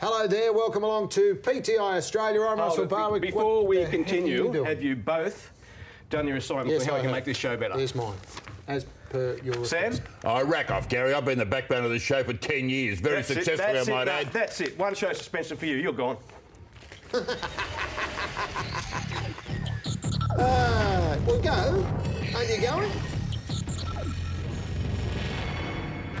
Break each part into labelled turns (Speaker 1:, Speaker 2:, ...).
Speaker 1: Hello there, welcome along to PTI Australia. I'm Russell
Speaker 2: Hold it. Oh, Be-
Speaker 1: Barwick.
Speaker 2: Before
Speaker 1: What
Speaker 2: we
Speaker 1: the heck are you
Speaker 2: continue,
Speaker 1: doing?
Speaker 2: have you both done your assignment
Speaker 1: Yes,
Speaker 2: for how
Speaker 1: I
Speaker 2: you can
Speaker 1: have.
Speaker 2: make this show better?
Speaker 1: There's mine, as per your
Speaker 2: Sam?
Speaker 1: request.
Speaker 3: I rack off, Gary. I've been the backbone of this show for 10 years. Very
Speaker 2: That's it,
Speaker 3: successfully,
Speaker 2: that's
Speaker 3: I
Speaker 2: it,
Speaker 3: might
Speaker 2: no,
Speaker 3: add.
Speaker 2: That's it. One show suspension for you. You're gone.
Speaker 1: Uh, well, go. Aren't you going?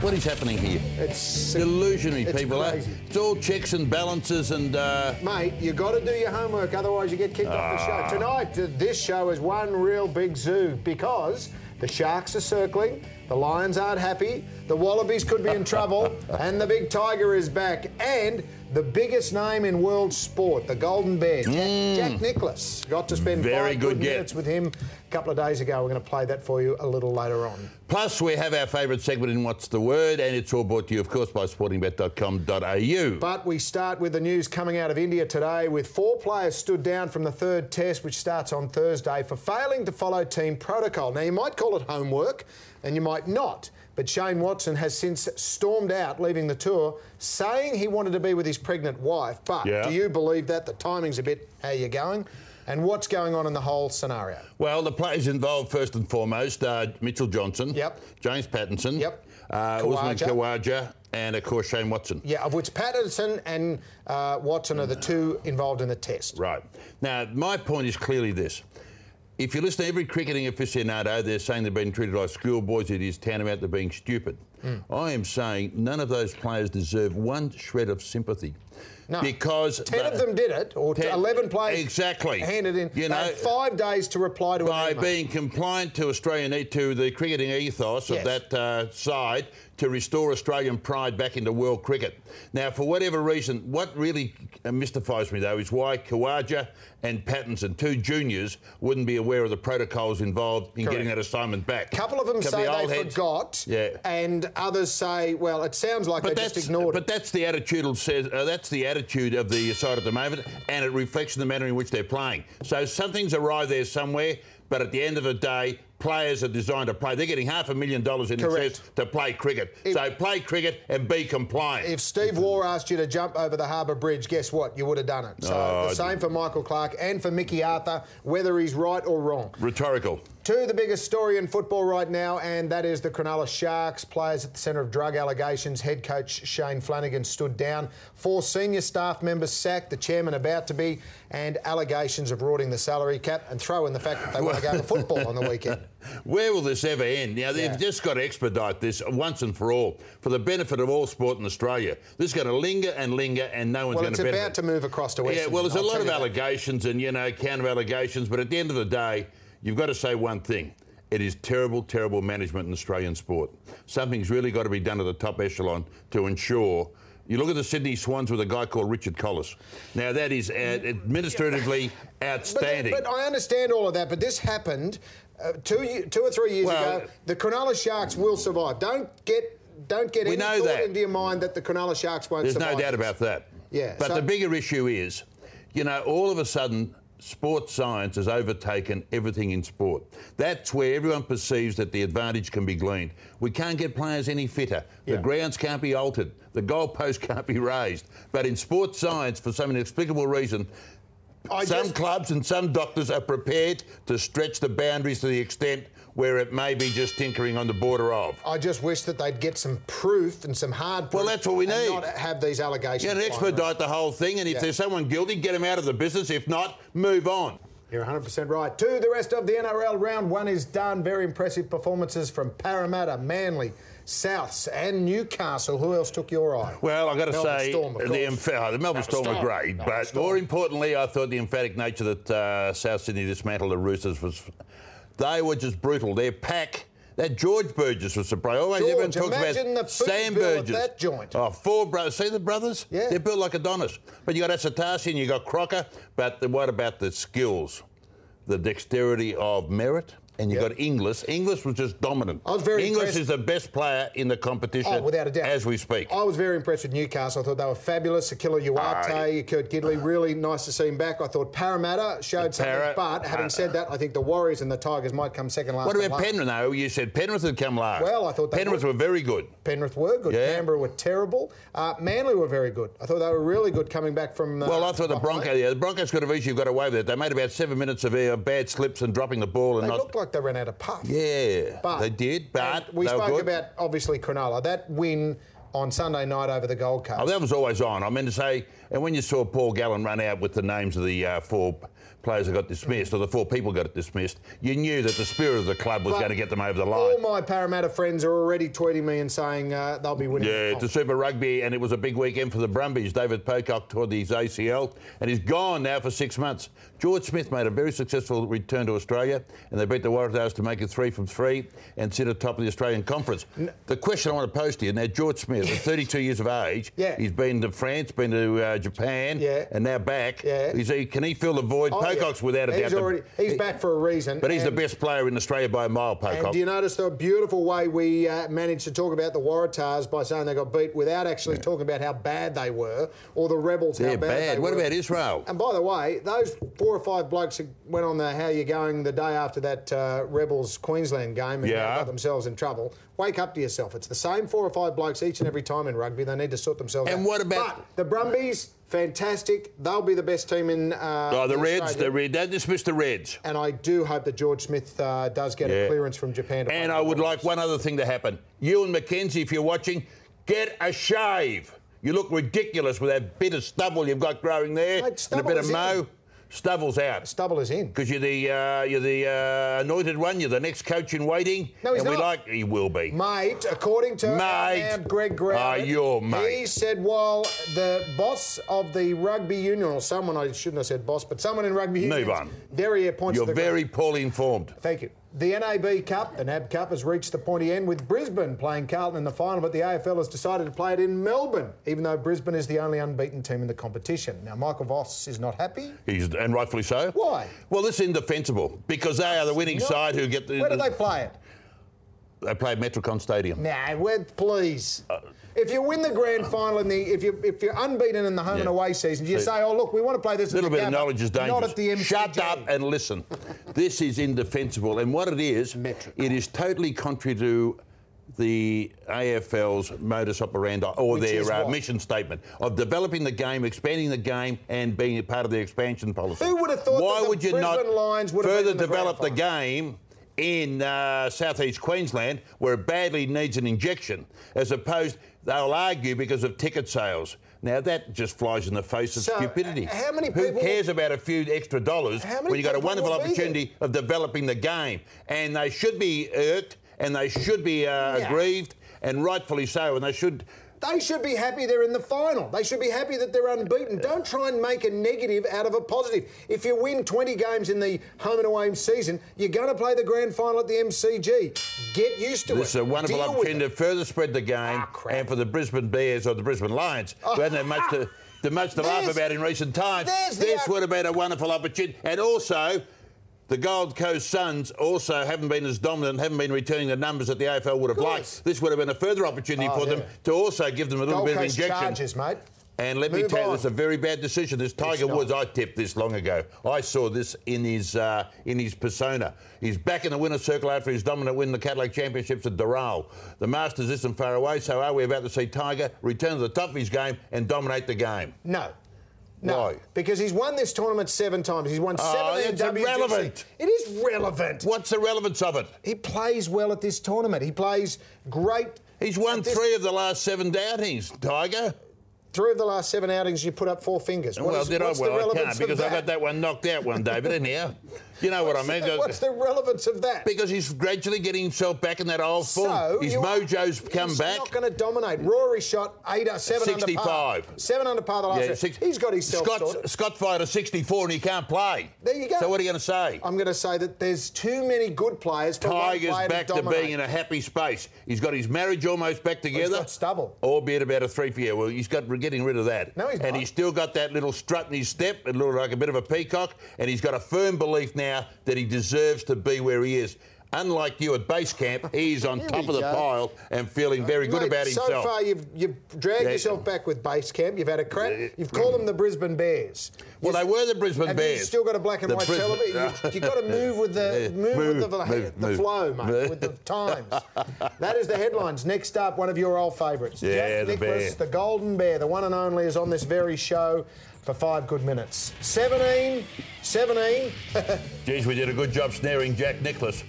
Speaker 3: What is happening here?
Speaker 1: It's
Speaker 3: Illusionary,
Speaker 1: It's
Speaker 3: people. eh?
Speaker 1: crazy.
Speaker 3: It's all checks and balances and. Uh,
Speaker 1: Mate, you got to do your homework, otherwise you get kicked off
Speaker 3: Ah.
Speaker 1: the show. Tonight, th- this show is one real big zoo because the sharks are circling, the lions aren't happy, the wallabies could be in trouble, and the big tiger is back, and the biggest name in world sport, the golden bear, Jack, Jack Nicholas. Got to spend
Speaker 3: Mm. Very
Speaker 1: five
Speaker 3: good
Speaker 1: good
Speaker 3: get.
Speaker 1: minutes with him a couple of days ago. We're going to play that for you a little later on.
Speaker 3: plus, we have our favourite segment in What's the Word, and it's all brought to you, of course, by sportingbet.com.au.
Speaker 1: But we start with the news coming out of India today with four players stood down from the third test, which starts on Thursday, for failing to follow team protocol. Now, you might call it homework and you might not, but Shane Watson has since stormed out, leaving the tour, saying he wanted to be with his pregnant wife. But
Speaker 3: Yeah.
Speaker 1: do you believe that? The timing's a bit how you're going and what's going on in the whole scenario.
Speaker 3: Well, the players involved, first and foremost, uh, Mitchell Johnson.
Speaker 1: Yep.
Speaker 3: James Pattinson.
Speaker 1: Yep.
Speaker 3: Uh, Usman
Speaker 1: Khawaja.
Speaker 3: Khawaja. And, of course, Shane Watson.
Speaker 1: Yeah, of which Patterson and uh, Watson are the two involved in the test.
Speaker 3: Right. Now, my point is clearly this. If you listen to every cricketing aficionado, they're saying they've been treated like schoolboys. It is tantamount to being stupid.
Speaker 1: Hmm.
Speaker 3: I am saying none of those players deserve one shred of sympathy.
Speaker 1: No.
Speaker 3: Because
Speaker 1: 10
Speaker 3: they-
Speaker 1: of them did it, or t-
Speaker 3: Ten-
Speaker 1: 11 players
Speaker 3: Exactly.
Speaker 1: handed in.
Speaker 3: You
Speaker 1: They had
Speaker 3: know-
Speaker 1: five days to reply to
Speaker 3: by
Speaker 1: an email.
Speaker 3: being compliant to Australian e- to the cricketing ethos
Speaker 1: Yes.
Speaker 3: of that uh, side to restore Australian pride back into world cricket. Now, for whatever reason, what really uh, mystifies me though is why Kawaja and Pattinson, two juniors, wouldn't be aware of the protocols involved in getting
Speaker 1: Correct.
Speaker 3: that assignment back.
Speaker 1: a couple of them
Speaker 3: Could be
Speaker 1: say they
Speaker 3: old heads.
Speaker 1: forgot,
Speaker 3: Yeah.
Speaker 1: and others say, well, it sounds like
Speaker 3: But
Speaker 1: they just
Speaker 3: that's,
Speaker 1: ignored
Speaker 3: but
Speaker 1: it.
Speaker 3: that's the attitude of says uh, that's the attitude of the side at the moment, and it reflects in the manner in which they're playing. So something's arrived there somewhere, but at the end of the day, players are designed to play. They're getting half a million dollars in
Speaker 1: Correct.
Speaker 3: interest to play cricket. so play cricket and be compliant.
Speaker 1: If Steve Waugh asked you to jump over the Harbour Bridge, guess what? You would have done it. So
Speaker 3: Oh,
Speaker 1: the same for Michael Clark and for Mickey Arthur, whether he's right or wrong.
Speaker 3: Rhetorical.
Speaker 1: To the biggest story in football right now, and that is the Cronulla Sharks. Players at the centre of drug allegations. Head coach Shane Flanagan stood down. Four senior staff members sacked, the chairman about to be, and allegations of rorting the salary cap, and throw in the fact that they want to go to football on the weekend.
Speaker 3: Where will this ever end? Now, they've
Speaker 1: Yeah.
Speaker 3: just got to expedite this once and for all for the benefit of all sport in Australia. This is going to linger and linger, and no one's
Speaker 1: Well,
Speaker 3: going
Speaker 1: it's
Speaker 3: to benefit.
Speaker 1: about to move across to Western.
Speaker 3: Yeah, well, there's a
Speaker 1: I'll
Speaker 3: lot
Speaker 1: tell
Speaker 3: of
Speaker 1: you that.
Speaker 3: allegations and, you know, counter allegations, but at the end of the day, you've got to say one thing. It is terrible, terrible management in Australian sport. Something's really got to be done at the top echelon to ensure. You look at the Sydney Swans with a guy called Richard Collis. Now, that is uh, administratively outstanding.
Speaker 1: But, but I understand all of that. But this happened uh, two, ye- two or three years
Speaker 3: Well-
Speaker 1: ago. The Cronulla Sharks will survive. Don't get don't get
Speaker 3: We
Speaker 1: any
Speaker 3: know
Speaker 1: thought
Speaker 3: that.
Speaker 1: into your mind that the Cronulla Sharks won't
Speaker 3: There's
Speaker 1: survive.
Speaker 3: no doubt
Speaker 1: this.
Speaker 3: about that.
Speaker 1: Yeah,
Speaker 3: But
Speaker 1: so-
Speaker 3: the bigger issue is, you know, all of a sudden, sports science has overtaken everything in sport. That's where everyone perceives that the advantage can be gleaned. We can't get players any fitter.
Speaker 1: Yeah.
Speaker 3: The grounds can't be altered. The goalpost can't be raised. But in sports science, for some inexplicable reason,
Speaker 1: I
Speaker 3: some
Speaker 1: just-
Speaker 3: clubs and some doctors are prepared to stretch the boundaries to the extent where it may be just tinkering on the border of.
Speaker 1: I just wish that they'd get some proof and some hard proof.
Speaker 3: Well, that's what we
Speaker 1: and
Speaker 3: need.
Speaker 1: Not have these allegations.
Speaker 3: Yeah, and
Speaker 1: flying around.
Speaker 3: expedite the whole thing, and if
Speaker 1: Yeah.
Speaker 3: there's someone guilty, get them out of the business. If not, move on.
Speaker 1: You're 100% right. Two, the rest of the NRL round one is done. Very impressive performances from Parramatta, Manly, Souths, and Newcastle. Who else took your eye?
Speaker 3: Well, I've got to
Speaker 1: Melbourne
Speaker 3: say,
Speaker 1: Storm, of
Speaker 3: the,
Speaker 1: course.
Speaker 3: emph- oh, the Melbourne Storm were
Speaker 1: Storm.
Speaker 3: great,
Speaker 1: Melbourne
Speaker 3: but
Speaker 1: Storm.
Speaker 3: more importantly, I thought the emphatic nature that uh, South Sydney dismantled the Roosters was. They were just brutal. Their pack. That George Burgess was surprised. Always
Speaker 1: George,
Speaker 3: everyone talks
Speaker 1: imagine
Speaker 3: about
Speaker 1: the food
Speaker 3: Sam
Speaker 1: bill at
Speaker 3: Burgess.
Speaker 1: that joint.
Speaker 3: Oh, four brothers. See the brothers?
Speaker 1: Yeah.
Speaker 3: They're built like Adonis. But you got Asatasi and you got Crocker. But the, what about the skills? The dexterity of merit? and you've
Speaker 1: Yep.
Speaker 3: got Inglis. Inglis was just dominant.
Speaker 1: I was very
Speaker 3: Inglis
Speaker 1: impressed-
Speaker 3: is the best player in the competition
Speaker 1: Oh, without a doubt.
Speaker 3: as we speak.
Speaker 1: I was very impressed with Newcastle. I thought they were fabulous. Akila
Speaker 3: Ah,
Speaker 1: Uarte, Kurt Gidley, really nice to see him back. I thought Parramatta showed something.
Speaker 3: Uh-huh. Parra- uh,
Speaker 1: but having said that, I think the Warriors and the Tigers might come second last.
Speaker 3: What
Speaker 1: and
Speaker 3: about
Speaker 1: last.
Speaker 3: Penrith? though? you said Penrith had come last.
Speaker 1: Well, I thought they
Speaker 3: Penrith
Speaker 1: would.
Speaker 3: were very good.
Speaker 1: Penrith were good.
Speaker 3: Yeah.
Speaker 1: Canberra were terrible. Uh, Manly were very good. I thought they were really good coming back from. Uh,
Speaker 3: Well, I thought the
Speaker 1: behind.
Speaker 3: Broncos, yeah, the Broncos could have easily got away with it. They made about seven minutes of uh, bad slips and dropping the ball and
Speaker 1: They
Speaker 3: not.
Speaker 1: looked like they ran out of puff.
Speaker 3: yeah,
Speaker 1: But
Speaker 3: they did, but
Speaker 1: And we
Speaker 3: they were
Speaker 1: spoke
Speaker 3: good.
Speaker 1: about obviously Cronulla. That win on Sunday night over the Gold Coast.
Speaker 3: Oh, that was always on. I mean to say, and when you saw Paul Gallen run out with the names of the uh, four p- players that got dismissed, or the four people got dismissed, you knew that the spirit of the club was
Speaker 1: But
Speaker 3: going to get them over the
Speaker 1: all
Speaker 3: line.
Speaker 1: my Parramatta friends are already tweeting me and saying uh, they'll be winning.
Speaker 3: Yeah,
Speaker 1: the
Speaker 3: to
Speaker 1: comp.
Speaker 3: Super Rugby, and it was a big weekend for the Brumbies. David Pocock tore his ACL, and he's gone now for six months. George Smith made a very successful return to Australia, and they beat the Waratahs to make it three from three and sit atop of the Australian Conference. The question I want to pose to you now: George Smith, at 32 years of age,
Speaker 1: Yeah.
Speaker 3: he's been to France, been to uh, Japan,
Speaker 1: Yeah.
Speaker 3: and now back.
Speaker 1: Yeah.
Speaker 3: Is he, can he fill the void?
Speaker 1: Oh, yeah.
Speaker 3: Pocock's without a
Speaker 1: he's
Speaker 3: doubt. the-
Speaker 1: Already, he's
Speaker 3: he-
Speaker 1: back for a reason.
Speaker 3: But he's the
Speaker 1: and-
Speaker 3: best player in Australia by a mile,
Speaker 1: And
Speaker 3: Pocock.
Speaker 1: do you notice the beautiful way we uh, managed to talk about the Waratahs by saying they got beat without actually talking about how bad they were or the Rebels how
Speaker 3: They're
Speaker 1: bad,
Speaker 3: bad.
Speaker 1: they
Speaker 3: What
Speaker 1: were.
Speaker 3: about Israel?
Speaker 1: And by the way, those four or five blokes that went on the How You Going the day after that uh, Rebels Queensland game and
Speaker 3: Yeah.
Speaker 1: got themselves in trouble, wake up to yourself. It's the same four or five blokes each and every time in rugby. They need to sort themselves out.
Speaker 3: And what about-
Speaker 1: But the Brumbies? Fantastic. They'll be the best team in. Uh,
Speaker 3: Oh, the
Speaker 1: in
Speaker 3: Reds,
Speaker 1: Australia.
Speaker 3: the Reds. Don't dismiss the Reds.
Speaker 1: And I do hope that George Smith uh, does get
Speaker 3: Yeah.
Speaker 1: a clearance from Japan. To play
Speaker 3: And
Speaker 1: for
Speaker 3: I
Speaker 1: the
Speaker 3: would
Speaker 1: Warriors.
Speaker 3: like one other thing to happen. You and Mackenzie, if you're watching, get a shave. You look ridiculous with that bit of stubble you've got growing there
Speaker 1: Mate,
Speaker 3: and a bit
Speaker 1: stubble
Speaker 3: of
Speaker 1: is
Speaker 3: mo.
Speaker 1: in.
Speaker 3: Stubble's out
Speaker 1: Stubble is in.
Speaker 3: because you're the uh, you're the uh, anointed one. You're the next coach in waiting.
Speaker 1: No, he's
Speaker 3: and we
Speaker 1: not.
Speaker 3: like he will be.
Speaker 1: Mate, according to our
Speaker 3: Mate.
Speaker 1: man, Greg Grant,
Speaker 3: Ah, you're mate.
Speaker 1: he said while the boss of the rugby union, or someone I shouldn't have said boss, but someone in rugby union,
Speaker 3: Move on.
Speaker 1: Derriere points
Speaker 3: You're
Speaker 1: to the
Speaker 3: very poorly informed.
Speaker 1: Thank you. The NAB Cup, the NAB Cup, has reached the pointy end with Brisbane playing Carlton in the final, but the AFL has decided to play it in Melbourne, even though Brisbane is the only unbeaten team in the competition. Now, Michael Voss is not happy.
Speaker 3: He's, and rightfully so.
Speaker 1: Why?
Speaker 3: Well, it's indefensible because they are the winning side who get the.
Speaker 1: Where do they play it?
Speaker 3: They play at Metricon Stadium.
Speaker 1: Nah, we're, please.
Speaker 3: Uh,
Speaker 1: if you win the grand final in the, if you if you're unbeaten in the home and
Speaker 3: um, Yeah.
Speaker 1: away season, you
Speaker 3: See-
Speaker 1: say, oh look, we want to play this.
Speaker 3: A little
Speaker 1: at the
Speaker 3: bit of
Speaker 1: Gabba,
Speaker 3: knowledge is dangerous.
Speaker 1: Not at the MCG.
Speaker 3: Shut up and listen. this is indefensible, and what it is,
Speaker 1: Metric.
Speaker 3: it is totally contrary to the AFL's modus operandi or
Speaker 1: Which is
Speaker 3: their uh,
Speaker 1: what?
Speaker 3: mission statement of developing the game, expanding the game, and being a part of the expansion policy.
Speaker 1: Who would have thought
Speaker 3: Why
Speaker 1: that the
Speaker 3: would you
Speaker 1: Brisbane
Speaker 3: not
Speaker 1: Lions would have
Speaker 3: further
Speaker 1: been in the
Speaker 3: develop the
Speaker 1: grand
Speaker 3: game? In uh, southeast Queensland, where it badly needs an injection, as opposed they'll argue because of ticket sales. Now that just flies in the face of
Speaker 1: So,
Speaker 3: stupidity.
Speaker 1: uh, how many
Speaker 3: Who
Speaker 1: people-
Speaker 3: cares about a few extra dollars
Speaker 1: How many
Speaker 3: when you got a
Speaker 1: people
Speaker 3: wonderful
Speaker 1: will be
Speaker 3: opportunity of developing the game? And they should be irked, and they should be uh,
Speaker 1: Yeah.
Speaker 3: aggrieved, and rightfully so. And they should.
Speaker 1: They should be happy they're in the final. They should be happy that they're unbeaten. Don't try and make a negative out of a positive. If you win 20 games in the home and away season, you're going to play the grand final at the MCG. Get used to
Speaker 3: This is
Speaker 1: it.
Speaker 3: a wonderful
Speaker 1: Deal with
Speaker 3: opportunity
Speaker 1: it.
Speaker 3: to further spread the game,
Speaker 1: Ah, crap.
Speaker 3: and for the Brisbane Bears or the Brisbane Lions, who hadn't had much to. The much to laugh
Speaker 1: There's-
Speaker 3: about in recent times.
Speaker 1: there's the
Speaker 3: This
Speaker 1: op-
Speaker 3: would have been a wonderful opportunity. And also, the Gold Coast Suns also haven't been as dominant, haven't been returning the numbers that the AFL would have
Speaker 1: course.
Speaker 3: liked. This would have been a further opportunity
Speaker 1: Oh,
Speaker 3: for them
Speaker 1: yeah.
Speaker 3: to also give them a little
Speaker 1: Gold
Speaker 3: bit
Speaker 1: Coast
Speaker 3: of injection.
Speaker 1: charges, mate.
Speaker 3: And let me
Speaker 1: Move
Speaker 3: tell you,
Speaker 1: on.
Speaker 3: it's a very bad decision. This Tiger
Speaker 1: not.
Speaker 3: Woods, I tipped this long ago. I saw this in his uh, in his persona. He's back in the winner's circle after his dominant win in the Cadillac Championships at Doral. The Masters isn't far away, so are we about to see Tiger return to the top of his game and dominate the game?
Speaker 1: No. No,
Speaker 3: Why?
Speaker 1: because he's won this tournament seven times. He's won
Speaker 3: Oh,
Speaker 1: seven.
Speaker 3: that's irrelevant.
Speaker 1: It is relevant.
Speaker 3: What's the relevance of it?
Speaker 1: He plays well at this tournament. He plays great.
Speaker 3: He's won
Speaker 1: At this-
Speaker 3: three of the last seven doubtings, Tiger.
Speaker 1: Three of the last seven outings, you put up four fingers. What
Speaker 3: well,
Speaker 1: is-
Speaker 3: did I?
Speaker 1: what's the
Speaker 3: Well, I
Speaker 1: relevance
Speaker 3: can't
Speaker 1: of
Speaker 3: because I got that one knocked out one day. But anyhow, you know what I mean.
Speaker 1: What's the relevance of that?
Speaker 3: Because he's gradually getting himself back in that old form.
Speaker 1: So
Speaker 3: His
Speaker 1: you-
Speaker 3: mojo's come
Speaker 1: he's
Speaker 3: back.
Speaker 1: not going to dominate. Rory shot eight, uh, seven under par.
Speaker 3: 65.
Speaker 1: Seven under par the last.
Speaker 3: Yeah,
Speaker 1: round.
Speaker 3: six-
Speaker 1: he's got himself
Speaker 3: Scott,
Speaker 1: sorted.
Speaker 3: Scott fired a 64 and he can't play.
Speaker 1: There you go.
Speaker 3: So what are you going to say?
Speaker 1: I'm going to say that there's too many good players. For
Speaker 3: Tiger's
Speaker 1: one player
Speaker 3: back
Speaker 1: to,
Speaker 3: to
Speaker 1: dominate.
Speaker 3: being in a happy space. He's got his marriage almost back
Speaker 1: He's
Speaker 3: together.
Speaker 1: got stubble.
Speaker 3: Albeit about a three for year. Well, he's got getting rid of that.
Speaker 1: No, he's
Speaker 3: and
Speaker 1: not.
Speaker 3: he's still got that little strut in his step, a little like a bit of a peacock, and he's got a firm belief now that he deserves to be where he is. Unlike you at base camp, he's on
Speaker 1: Here
Speaker 3: top
Speaker 1: we
Speaker 3: of the
Speaker 1: go.
Speaker 3: pile and feeling very good
Speaker 1: Mate,
Speaker 3: about himself.
Speaker 1: So far, you've, you've dragged
Speaker 3: Yeah.
Speaker 1: yourself back with base camp. You've had a crack. You've called them the Brisbane Bears.
Speaker 3: well, they were the Brisbane
Speaker 1: Have
Speaker 3: Bears.
Speaker 1: you still got a black and
Speaker 3: The
Speaker 1: white
Speaker 3: Brisbane-
Speaker 1: television? You've, got to move with the
Speaker 3: Yeah.
Speaker 1: move, with the,
Speaker 3: Move,
Speaker 1: the
Speaker 3: move.
Speaker 1: flow, mate,
Speaker 3: Move.
Speaker 1: with the times. that is the headlines. Next up, one of your old favourites.
Speaker 3: Yeah,
Speaker 1: Jack
Speaker 3: the
Speaker 1: Nicklaus,
Speaker 3: bear.
Speaker 1: the Golden Bear, the one and only, is on this very show for five good minutes. 17, 17.
Speaker 3: Geez, we did a good job snaring Jack Nicholas.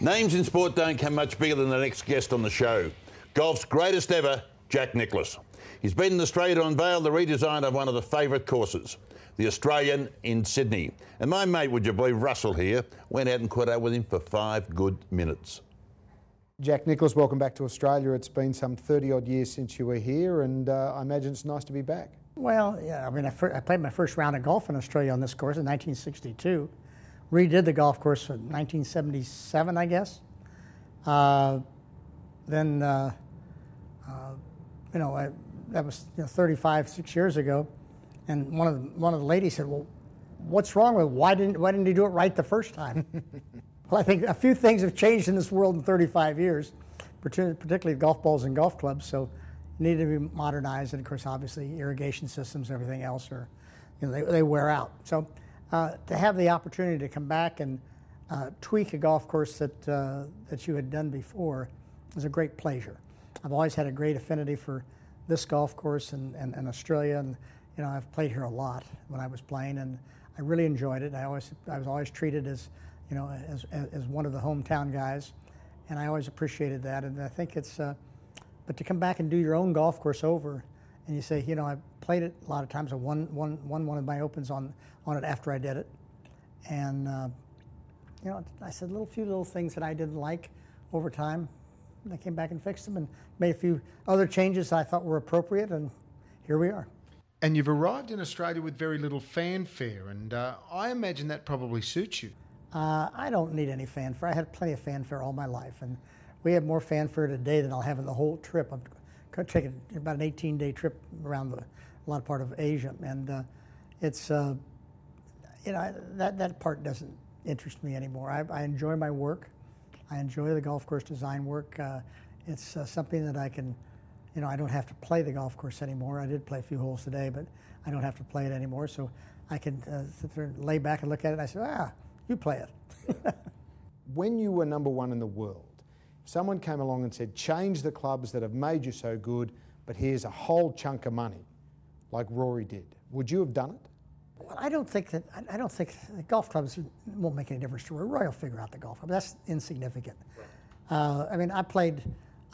Speaker 3: Names in sport don't come much bigger than the next guest on the show. Golf's greatest ever, Jack Nicholas. He's been in Australia to unveil the redesign of one of the favourite courses, the Australian in Sydney. And my mate, would you believe, Russell here, went out and caught up with him for five good minutes.
Speaker 4: Jack Nicholas, welcome back to Australia. It's been some 30 odd years since you were here, and uh, I imagine it's nice to be back.
Speaker 5: Well, yeah, I mean, I, fir- I played my first round of golf in Australia on this course in 1962. Redid the golf course in 1977, I guess. Uh, then, uh, uh, you know, I, that was you know, 35, six years ago, and one of the, one of the ladies said, "Well, what's wrong with why didn't why didn't you do it right the first time?" well, I think a few things have changed in this world in 35 years, partic- particularly golf balls and golf clubs. So, need to be modernized, and of course, obviously, irrigation systems, and everything else, are you know, they, they wear out. So, uh, to have the opportunity to come back and uh, tweak a golf course that uh, that you had done before is a great pleasure. I've always had a great affinity for this golf course and, and, and Australia, and you know I've played here a lot when I was playing, and I really enjoyed it. I always I was always treated as you know as, as, as one of the hometown guys, and I always appreciated that. And I think it's uh, but to come back and do your own golf course over, and you say you know I played it a lot of times. I won won, won one of my opens on on it after I did it, and. Uh, you know, I said little few little things that I didn't like over time. And I came back and fixed them and made a few other changes I thought were appropriate, and here we are.
Speaker 6: And you've arrived in Australia with very little fanfare, and uh, I imagine that probably suits you.
Speaker 5: Uh, I don't need any fanfare. I had plenty of fanfare all my life, and we have more fanfare today than I'll have in the whole trip. I'm c- taking about an 18-day trip around the, a lot of part of Asia, and uh, it's uh, you know I- that that part doesn't interest me anymore. I, I enjoy my work. I enjoy the golf course design work. Uh, it's uh, something that I can, you know, I don't have to play the golf course anymore. I did play a few holes today, but I don't have to play it anymore. So I can uh, sit there and lay back and look at it. And I say, ah, you play it.
Speaker 4: When you were number one in the world, someone came along and said, change the clubs that have made you so good, but here's a whole chunk of money, like Rory did. Would you have done it?
Speaker 5: Well, I don't think that I- I don't think the golf clubs won't make any difference to her. Roy will figure out the golf club. That's insignificant. Uh, I mean, I played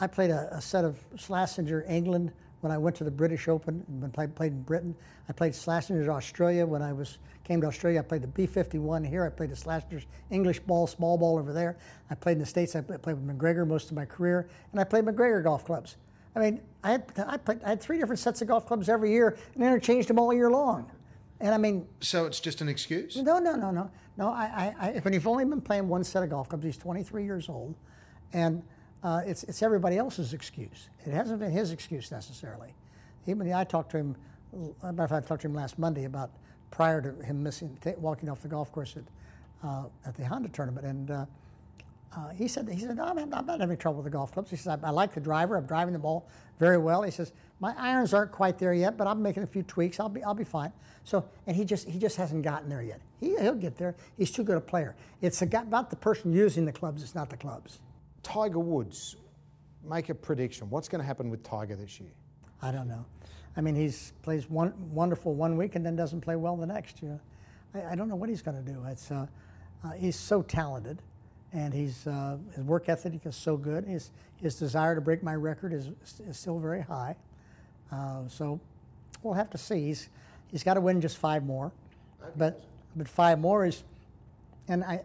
Speaker 5: I played a, a set of Slassinger England when I went to the British Open and when I played in Britain. I played Slassinger's Australia when I was came to Australia. I played the B51 here. I played the Slassinger's English ball, small ball over there. I played in the States. I played with McGregor most of my career, and I played McGregor golf clubs. I mean, I had, I, played, I had three different sets of golf clubs every year and interchanged them all year long. And I mean,
Speaker 6: So it's just an excuse?
Speaker 5: no, no, no, no, no. I, I, I when you've only been playing one set of golf clubs, he's 23 years old, and uh, it's it's everybody else's excuse. It hasn't been his excuse necessarily. Even I talked to him. I matter of fact, I talked to him last Monday about prior to him missing ta walking off the golf course at uh, at the Honda tournament, and. Uh, uh, he said, he said, no, I'm, I'm not having trouble with the golf clubs. He says, I, I like the driver. I'm driving the ball very well. He says, my irons aren't quite there yet, but I'm making a few tweaks. I'll be, I'll be fine. So, and he just, he just hasn't gotten there yet. He, he'll get there. He's too good a player. It's about the person using the clubs. It's not the clubs.
Speaker 4: Tiger Woods, make a prediction. What's going to happen with Tiger this year?
Speaker 5: I don't know. I mean, he's plays one wonderful one week and then doesn't play well the next. You know, I, I don't know what he's going to do. It's uh, uh, he's so talented, and he's uh, his work ethic is so good. His his desire to break my record is is still very high. Uh, so we'll have to see. He's he's got to win just five more, but but five more is, and I.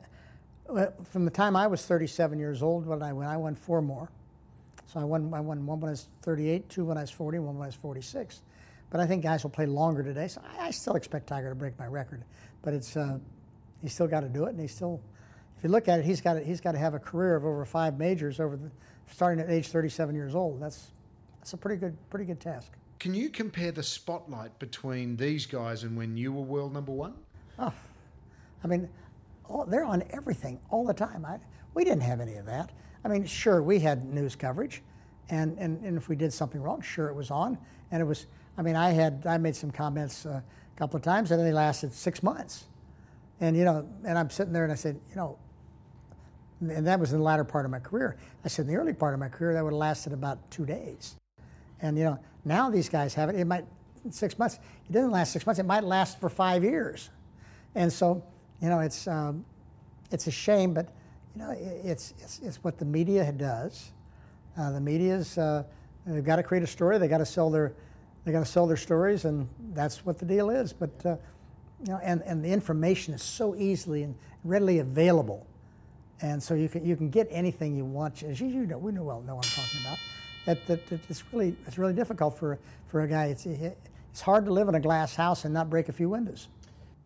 Speaker 5: well, From the time I was 37 years old, when I when I won four more, so I won, I won one when I was 38, two when I was 40, one when I was 46. But I think guys will play longer today, so I, I still expect Tiger to break my record. But it's uh, he's still got to do it, and he's still if you look at it, he's got to, he's got to have a career of over five majors over the, starting at age 37 years old. That's that's a pretty good pretty good task.
Speaker 1: Can you compare the spotlight between these guys and when you were world number one?
Speaker 5: Oh, I mean, all, they're on everything all the time. I, we didn't have any of that. I mean, sure, we had news coverage, and, and, and if we did something wrong, sure, it was on. And it was, I mean, I had, I made some comments uh, a couple of times, and they lasted six months. And, you know, and I'm sitting there and I said, you know, and that was in the latter part of my career. I said, in the early part of my career, that would have lasted about two days. And, you know, now these guys have it, it might, six months, it doesn't last six months, it might last for five years. And so, you know, it's um, it's a shame, but you know, i- it's it's, it's what the media does. Uh, the media's uh, they've got to create a story. They got to sell their they got to sell their stories, and that's what the deal is. But uh, you know, and, and the information is so easily and readily available, and so you can you can get anything you want. As you, you know, we know well know what I'm talking about. That, that, that it's really it's really difficult for for a guy. It's it's hard to live in a glass house and not break a few windows.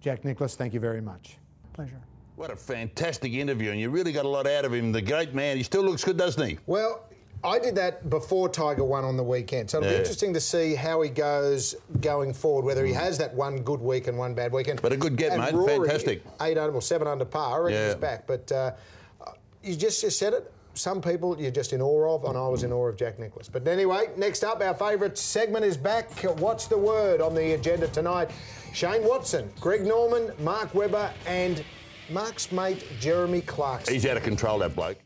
Speaker 7: Jack Nicholas, thank you very much.
Speaker 5: Pleasure.
Speaker 3: What a fantastic interview, and you really got a lot out of him. The great man. He still looks good, doesn't he?
Speaker 4: Well, I did that before Tiger won on the weekend, so it'll
Speaker 3: Yeah.
Speaker 4: be interesting to see how he goes going forward. Whether he has that one good week and one bad weekend,
Speaker 3: But a good get,
Speaker 4: and
Speaker 3: mate.
Speaker 4: Rory,
Speaker 3: Fantastic.
Speaker 4: Eight under or seven under par. I reckon
Speaker 3: Yeah.
Speaker 4: he's back. But uh, you just just said it. Some people you're just in awe of, and I was in awe of Jack Nicholas. But anyway, next up, our favourite segment is back. What's the word on the agenda tonight? Shane Watson, Greg Norman, Mark Webber, and Mark's mate Jeremy Clarkson.
Speaker 3: He's out of control, that bloke.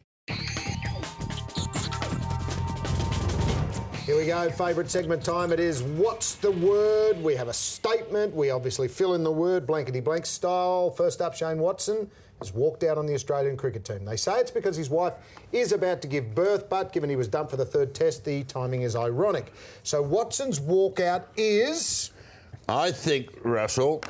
Speaker 4: Here we go, favourite segment time. It is What's the Word? We have a statement. We obviously fill in the word blankety blank style. First up, Shane Watson has walked out on the Australian cricket team. They say it's because his wife is about to give birth, but given he was dumped for the third test, the timing is ironic. So Watson's walkout is.
Speaker 3: I think, Russell,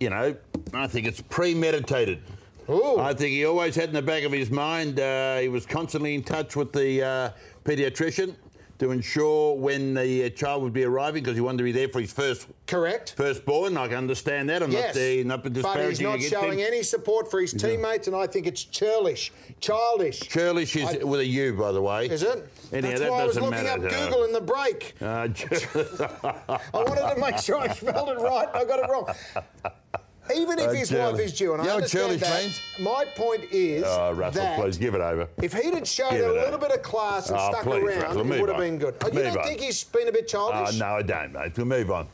Speaker 3: you know, I think it's premeditated.
Speaker 4: Ooh.
Speaker 3: I think he always had in the back of his mind, uh, he was constantly in touch with the uh, paediatrician to ensure when the uh, child would be arriving because he wanted to be there for his first
Speaker 4: Correct.
Speaker 3: firstborn. I can understand that. I'm
Speaker 4: Yes,
Speaker 3: not, uh, not
Speaker 4: but he's
Speaker 3: disparaging
Speaker 4: not
Speaker 3: against him.
Speaker 4: showing any support for his teammates, and I think it's churlish, childish.
Speaker 3: Churlish is with a U, by the way.
Speaker 4: Is it?
Speaker 3: Anyhow,
Speaker 4: That's
Speaker 3: that
Speaker 4: why I was
Speaker 3: doesn't
Speaker 4: looking
Speaker 3: matter.
Speaker 4: up Google in the break.
Speaker 3: Uh, Chur-
Speaker 4: I wanted to make sure I spelled it right. and I got it wrong. Even if
Speaker 3: Oh,
Speaker 4: his
Speaker 3: Charlie.
Speaker 4: wife is due, and
Speaker 3: You
Speaker 4: I
Speaker 3: know what
Speaker 4: understand
Speaker 3: Charlie
Speaker 4: that.
Speaker 3: means?
Speaker 4: My point is
Speaker 3: oh, Russell,
Speaker 4: that
Speaker 3: please give it over.
Speaker 4: if he had shown
Speaker 3: Give
Speaker 4: a
Speaker 3: it
Speaker 4: little
Speaker 3: over.
Speaker 4: bit of class and
Speaker 3: Oh,
Speaker 4: stuck
Speaker 3: please,
Speaker 4: around,
Speaker 3: Russell,
Speaker 4: it
Speaker 3: move
Speaker 4: would have
Speaker 3: on.
Speaker 4: been good. Oh, you
Speaker 3: Move
Speaker 4: don't
Speaker 3: on.
Speaker 4: think he's been a bit
Speaker 3: Oh,
Speaker 4: childish?
Speaker 3: no, I don't, mate. We'll move on.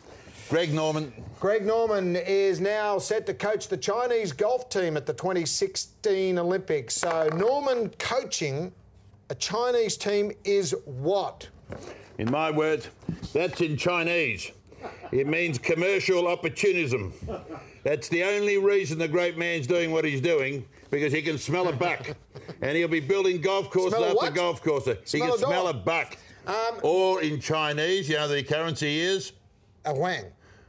Speaker 3: Greg Norman,
Speaker 4: Greg Norman is now set to coach the Chinese golf team at the 2016 Olympics. So Norman coaching a Chinese team is what?
Speaker 3: in my words, that's in Chinese. It means commercial opportunism. That's the only reason the great man's doing what he's doing, because he can smell a buck. and he'll be building golf courses
Speaker 4: Smell a
Speaker 3: after
Speaker 4: what?
Speaker 3: golf courses. He
Speaker 4: Smell
Speaker 3: can
Speaker 4: a dog. Um,
Speaker 3: smell a buck. or in Chinese, you know, the currency is
Speaker 4: A wang,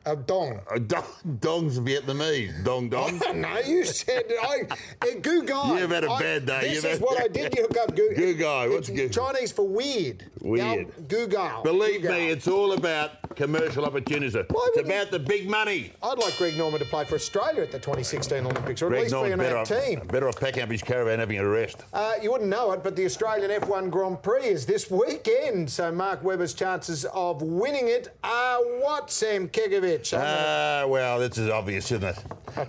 Speaker 4: a dong.
Speaker 3: uh, dong, dong's Vietnamese. Dong dong.
Speaker 4: No, you said I. Hey, goo guy.
Speaker 3: You've had a
Speaker 4: I-
Speaker 3: bad day.
Speaker 4: This
Speaker 3: You've
Speaker 4: is
Speaker 3: had-
Speaker 4: what I did. You hook up goo.
Speaker 3: Goo guy, what's
Speaker 4: It's
Speaker 3: goo-
Speaker 4: Chinese for weird.
Speaker 3: Weird.
Speaker 4: Gal- Goo guy.
Speaker 3: Believe
Speaker 4: Goo guy.
Speaker 3: me, it's all about commercial opportunism.
Speaker 4: Why
Speaker 3: It's
Speaker 4: would he-
Speaker 3: about the big money.
Speaker 4: I'd like Greg Norman to play for Australia at the 2016 Olympics, or at least be
Speaker 3: Norman's
Speaker 4: on
Speaker 3: better
Speaker 4: our
Speaker 3: off,
Speaker 4: team.
Speaker 3: better off packing up his caravan and having a rest.
Speaker 4: Uh, you wouldn't know it, but the Australian F1 Grand Prix is this weekend. So Mark Webber's chances of winning it are what, Sam Kegovic? I'm gonna-
Speaker 3: Ah, well, this is obvious, isn't it?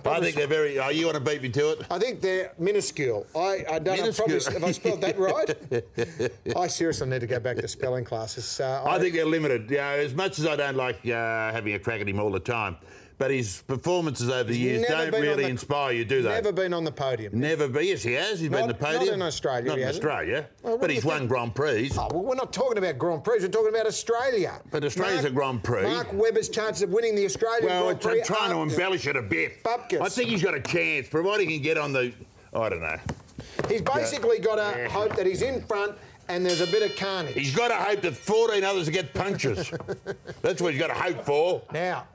Speaker 3: I think they're very. Oh, you want to beat me to it?
Speaker 4: I think they're minuscule. I, I don't know. Probably,
Speaker 3: Minuscule.
Speaker 4: have I spelled that right? I seriously need to go back to spelling classes. Uh,
Speaker 3: I think they're limited. You know, as much as I don't like uh, having a crack at him all the time, but his performances over the years
Speaker 4: never
Speaker 3: don't
Speaker 4: been on
Speaker 3: really
Speaker 4: the-
Speaker 3: inspire you, do they?
Speaker 4: Never been on the podium.
Speaker 3: Never be. Yes, he has. He's been
Speaker 4: Not-
Speaker 3: the podium.
Speaker 4: not in Australia,
Speaker 3: Not
Speaker 4: he
Speaker 3: in
Speaker 4: hasn't.
Speaker 3: Australia.
Speaker 4: Well, what
Speaker 3: but
Speaker 4: do
Speaker 3: he's
Speaker 4: you
Speaker 3: won
Speaker 4: think-
Speaker 3: Grand Prix.
Speaker 4: Oh, well, we're not talking about Grand Prix. We're talking about Australia.
Speaker 3: But Australia's a Grand Prix.
Speaker 4: Mark Webber's chances of winning the Australian
Speaker 3: Well, I'm
Speaker 4: Grand Prix.
Speaker 3: trying to
Speaker 4: are-
Speaker 3: embellish it a bit.
Speaker 4: Bupkis.
Speaker 3: I think he's got a chance, provided he can get on the. I don't know.
Speaker 4: He's basically got to hope that he's in front and there's a bit of carnage.
Speaker 3: He's got to hope that 14 others get punches. That's what he's got to hope for.
Speaker 4: Now,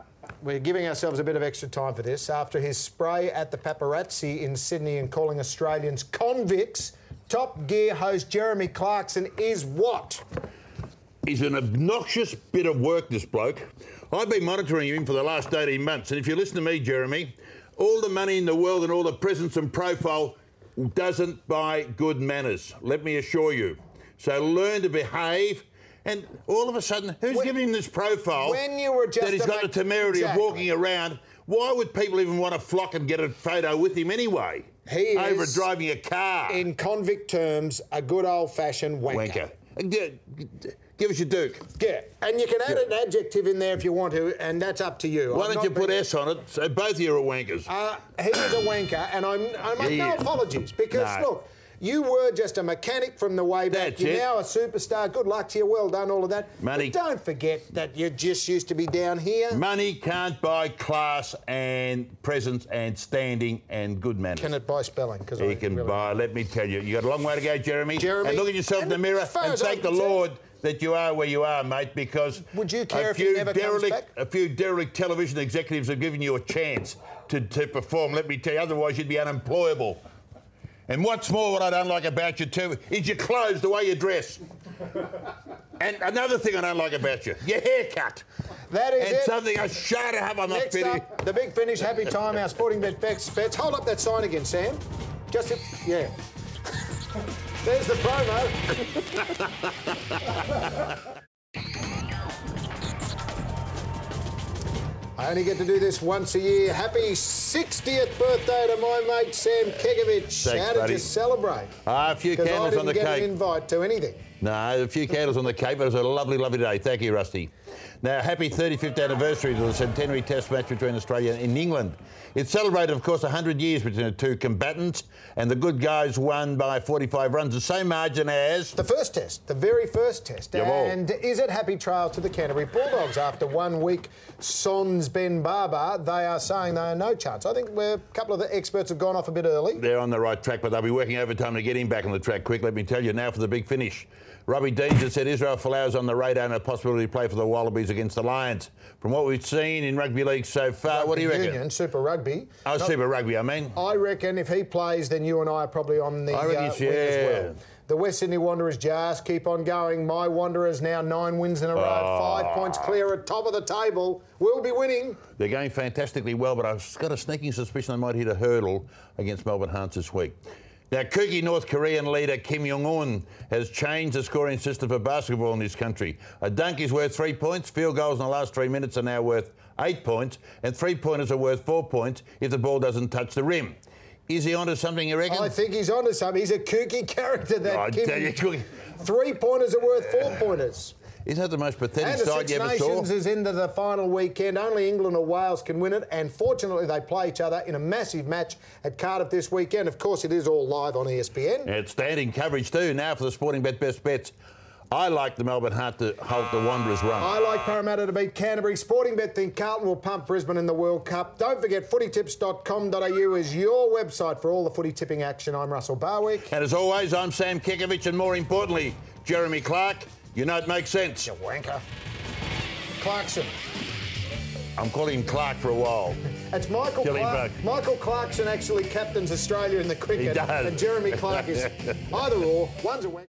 Speaker 4: we're giving ourselves a bit of extra time for this. After his spray at the paparazzi in Sydney and calling Australians convicts, Top Gear host Jeremy Clarkson is what?
Speaker 3: He's an obnoxious bit of work, this bloke. I've been monitoring him for the last 18 months, and if you listen to me, Jeremy, all the money in the world and all the presence and profile doesn't buy good manners, let me assure you. So learn to behave. And all of a sudden, who's
Speaker 4: When-
Speaker 3: giving him this profile
Speaker 4: when you were just
Speaker 3: that he's got
Speaker 4: about-
Speaker 3: the temerity
Speaker 4: Exactly.
Speaker 3: of walking around? Why would people even want to flock and get a photo with him anyway?
Speaker 4: He
Speaker 3: over
Speaker 4: is
Speaker 3: driving a car.
Speaker 4: In convict terms, a good old fashioned wanker.
Speaker 3: wanker. G- Give us your Duke.
Speaker 4: Yeah, and you can add an adjective in there if you want to, and that's up to you.
Speaker 3: Why
Speaker 4: I'm
Speaker 3: don't
Speaker 4: not
Speaker 3: you put
Speaker 4: being-
Speaker 3: S on it? So both of you are wankers.
Speaker 4: Uh, he is a wanker, and I'm, I make
Speaker 3: He
Speaker 4: no
Speaker 3: is.
Speaker 4: apologies because
Speaker 3: No.
Speaker 4: look, you were just a mechanic from the way back.
Speaker 3: That's
Speaker 4: You're
Speaker 3: it.
Speaker 4: now a superstar. Good luck to you. Well done, all of that.
Speaker 3: Money.
Speaker 4: But don't forget that you just used to be down here.
Speaker 3: Money can't buy class and presence and standing and good manners.
Speaker 4: Can it buy spelling? Because
Speaker 3: He can buy. Let me tell you, you got a long way to go, Jeremy.
Speaker 4: Jeremy,
Speaker 3: and look at yourself in the
Speaker 4: and
Speaker 3: mirror
Speaker 4: as far
Speaker 3: and
Speaker 4: as I'm
Speaker 3: thank the
Speaker 4: concerned-
Speaker 3: Lord that you are where you are, mate. Because
Speaker 4: Would you care
Speaker 3: a
Speaker 4: if he
Speaker 3: few
Speaker 4: never comes
Speaker 3: derelict,
Speaker 4: back?
Speaker 3: a few derelict television executives have given you a chance to, to perform. Let me tell you, otherwise you'd be unemployable. And what's more, what I don't like about you too is your clothes, the way you dress. and another thing I don't like about you, your haircut.
Speaker 4: That is
Speaker 3: and
Speaker 4: it.
Speaker 3: something I shut up, I'm not
Speaker 4: Next
Speaker 3: finished.
Speaker 4: up, the big finish. Happy time. Our sporting bet bets. bets. Hold up that sign again, Sam. Just it. Yeah. There's the promo. I only get to do this once a year. Happy 60th birthday to my mate Sam Kekovich. How did you
Speaker 3: buddy.
Speaker 4: celebrate?
Speaker 3: Ah, a few
Speaker 4: Because I
Speaker 3: candles
Speaker 4: didn't
Speaker 3: on the
Speaker 4: get
Speaker 3: cake.
Speaker 4: an invite to anything.
Speaker 3: No, a few candles on the Cape. It was a lovely, lovely day. Thank you, Rusty. Now, happy 35th anniversary to the centenary test match between Australia and England. It celebrated, of course, 100 years between the two combatants, and the good guys won by 45 runs, the same margin as.
Speaker 4: The first test, the very first test.
Speaker 3: Jawohl.
Speaker 4: And is it happy trials to the Canterbury Bulldogs after one week? Sons Ben Barber, they are saying they are no chance. I think we're, a couple of the experts have gone off a bit early.
Speaker 3: They're on the right track, but they'll be working overtime to get him back on the track quick. Let me tell you now for the big finish. Robbie Deans has said Israel Folau's on the radar and a possibility to play for the Wallabies against the Lions. From what we've seen in rugby league so far, Uh, what do you
Speaker 4: Rugby
Speaker 3: reckon?
Speaker 4: Union, Super Rugby.
Speaker 3: Oh, Super Rugby, I mean.
Speaker 4: I reckon if he plays, then you and I are probably on the
Speaker 3: I reckon
Speaker 4: uh,
Speaker 3: he's-
Speaker 4: wing as
Speaker 3: yeah.
Speaker 4: well. The West Sydney Wanderers just keep on going. My Wanderers now nine wins in a row,
Speaker 3: Ah.
Speaker 4: five points clear at top of the table. We'll be winning.
Speaker 3: They're going fantastically well, but I've got a sneaking suspicion they might hit a hurdle against Melbourne Hearts this week. Now, kooky North Korean leader Kim Jong un has changed the scoring system for basketball in this country. A dunk is worth three points, field goals in the last three minutes are now worth eight points, and three pointers are worth four points if the ball doesn't touch the rim. Is he onto something, you reckon? Oh,
Speaker 4: I think he's onto something. He's a kooky character, that
Speaker 3: I
Speaker 4: Kim.
Speaker 3: tell you, kooky.
Speaker 4: Three pointers are worth four pointers.
Speaker 3: Isn't that the most pathetic
Speaker 4: And the
Speaker 3: side
Speaker 4: Six
Speaker 3: you ever saw?
Speaker 4: Nations is into the final weekend. Only England or Wales can win it, and fortunately, they play each other in a massive match at Cardiff this weekend. Of course, it is all live on E ESPN.
Speaker 3: Outstanding coverage, too. Now for the sporting bet best bets. I like the Melbourne Heart to halt the Wanderers run.
Speaker 4: I like Parramatta to beat Canterbury. Sporting bet think Carlton will pump Brisbane in the World Cup. Don't forget footytips.com.au is your website for all the footy tipping action. I'm Russell Barwick.
Speaker 3: And as always, I'm Sam Kikovich, and more importantly, Jeremy Clark. You know it makes sense.
Speaker 4: You wanker. Clarkson.
Speaker 3: I'm calling him Clark for a while.
Speaker 4: It's Michael
Speaker 3: Killing
Speaker 4: Clark.
Speaker 3: bug.
Speaker 4: Michael Clarkson actually captains Australia in the cricket.
Speaker 3: does.
Speaker 4: And Jeremy Clark is either or. One's a wanker.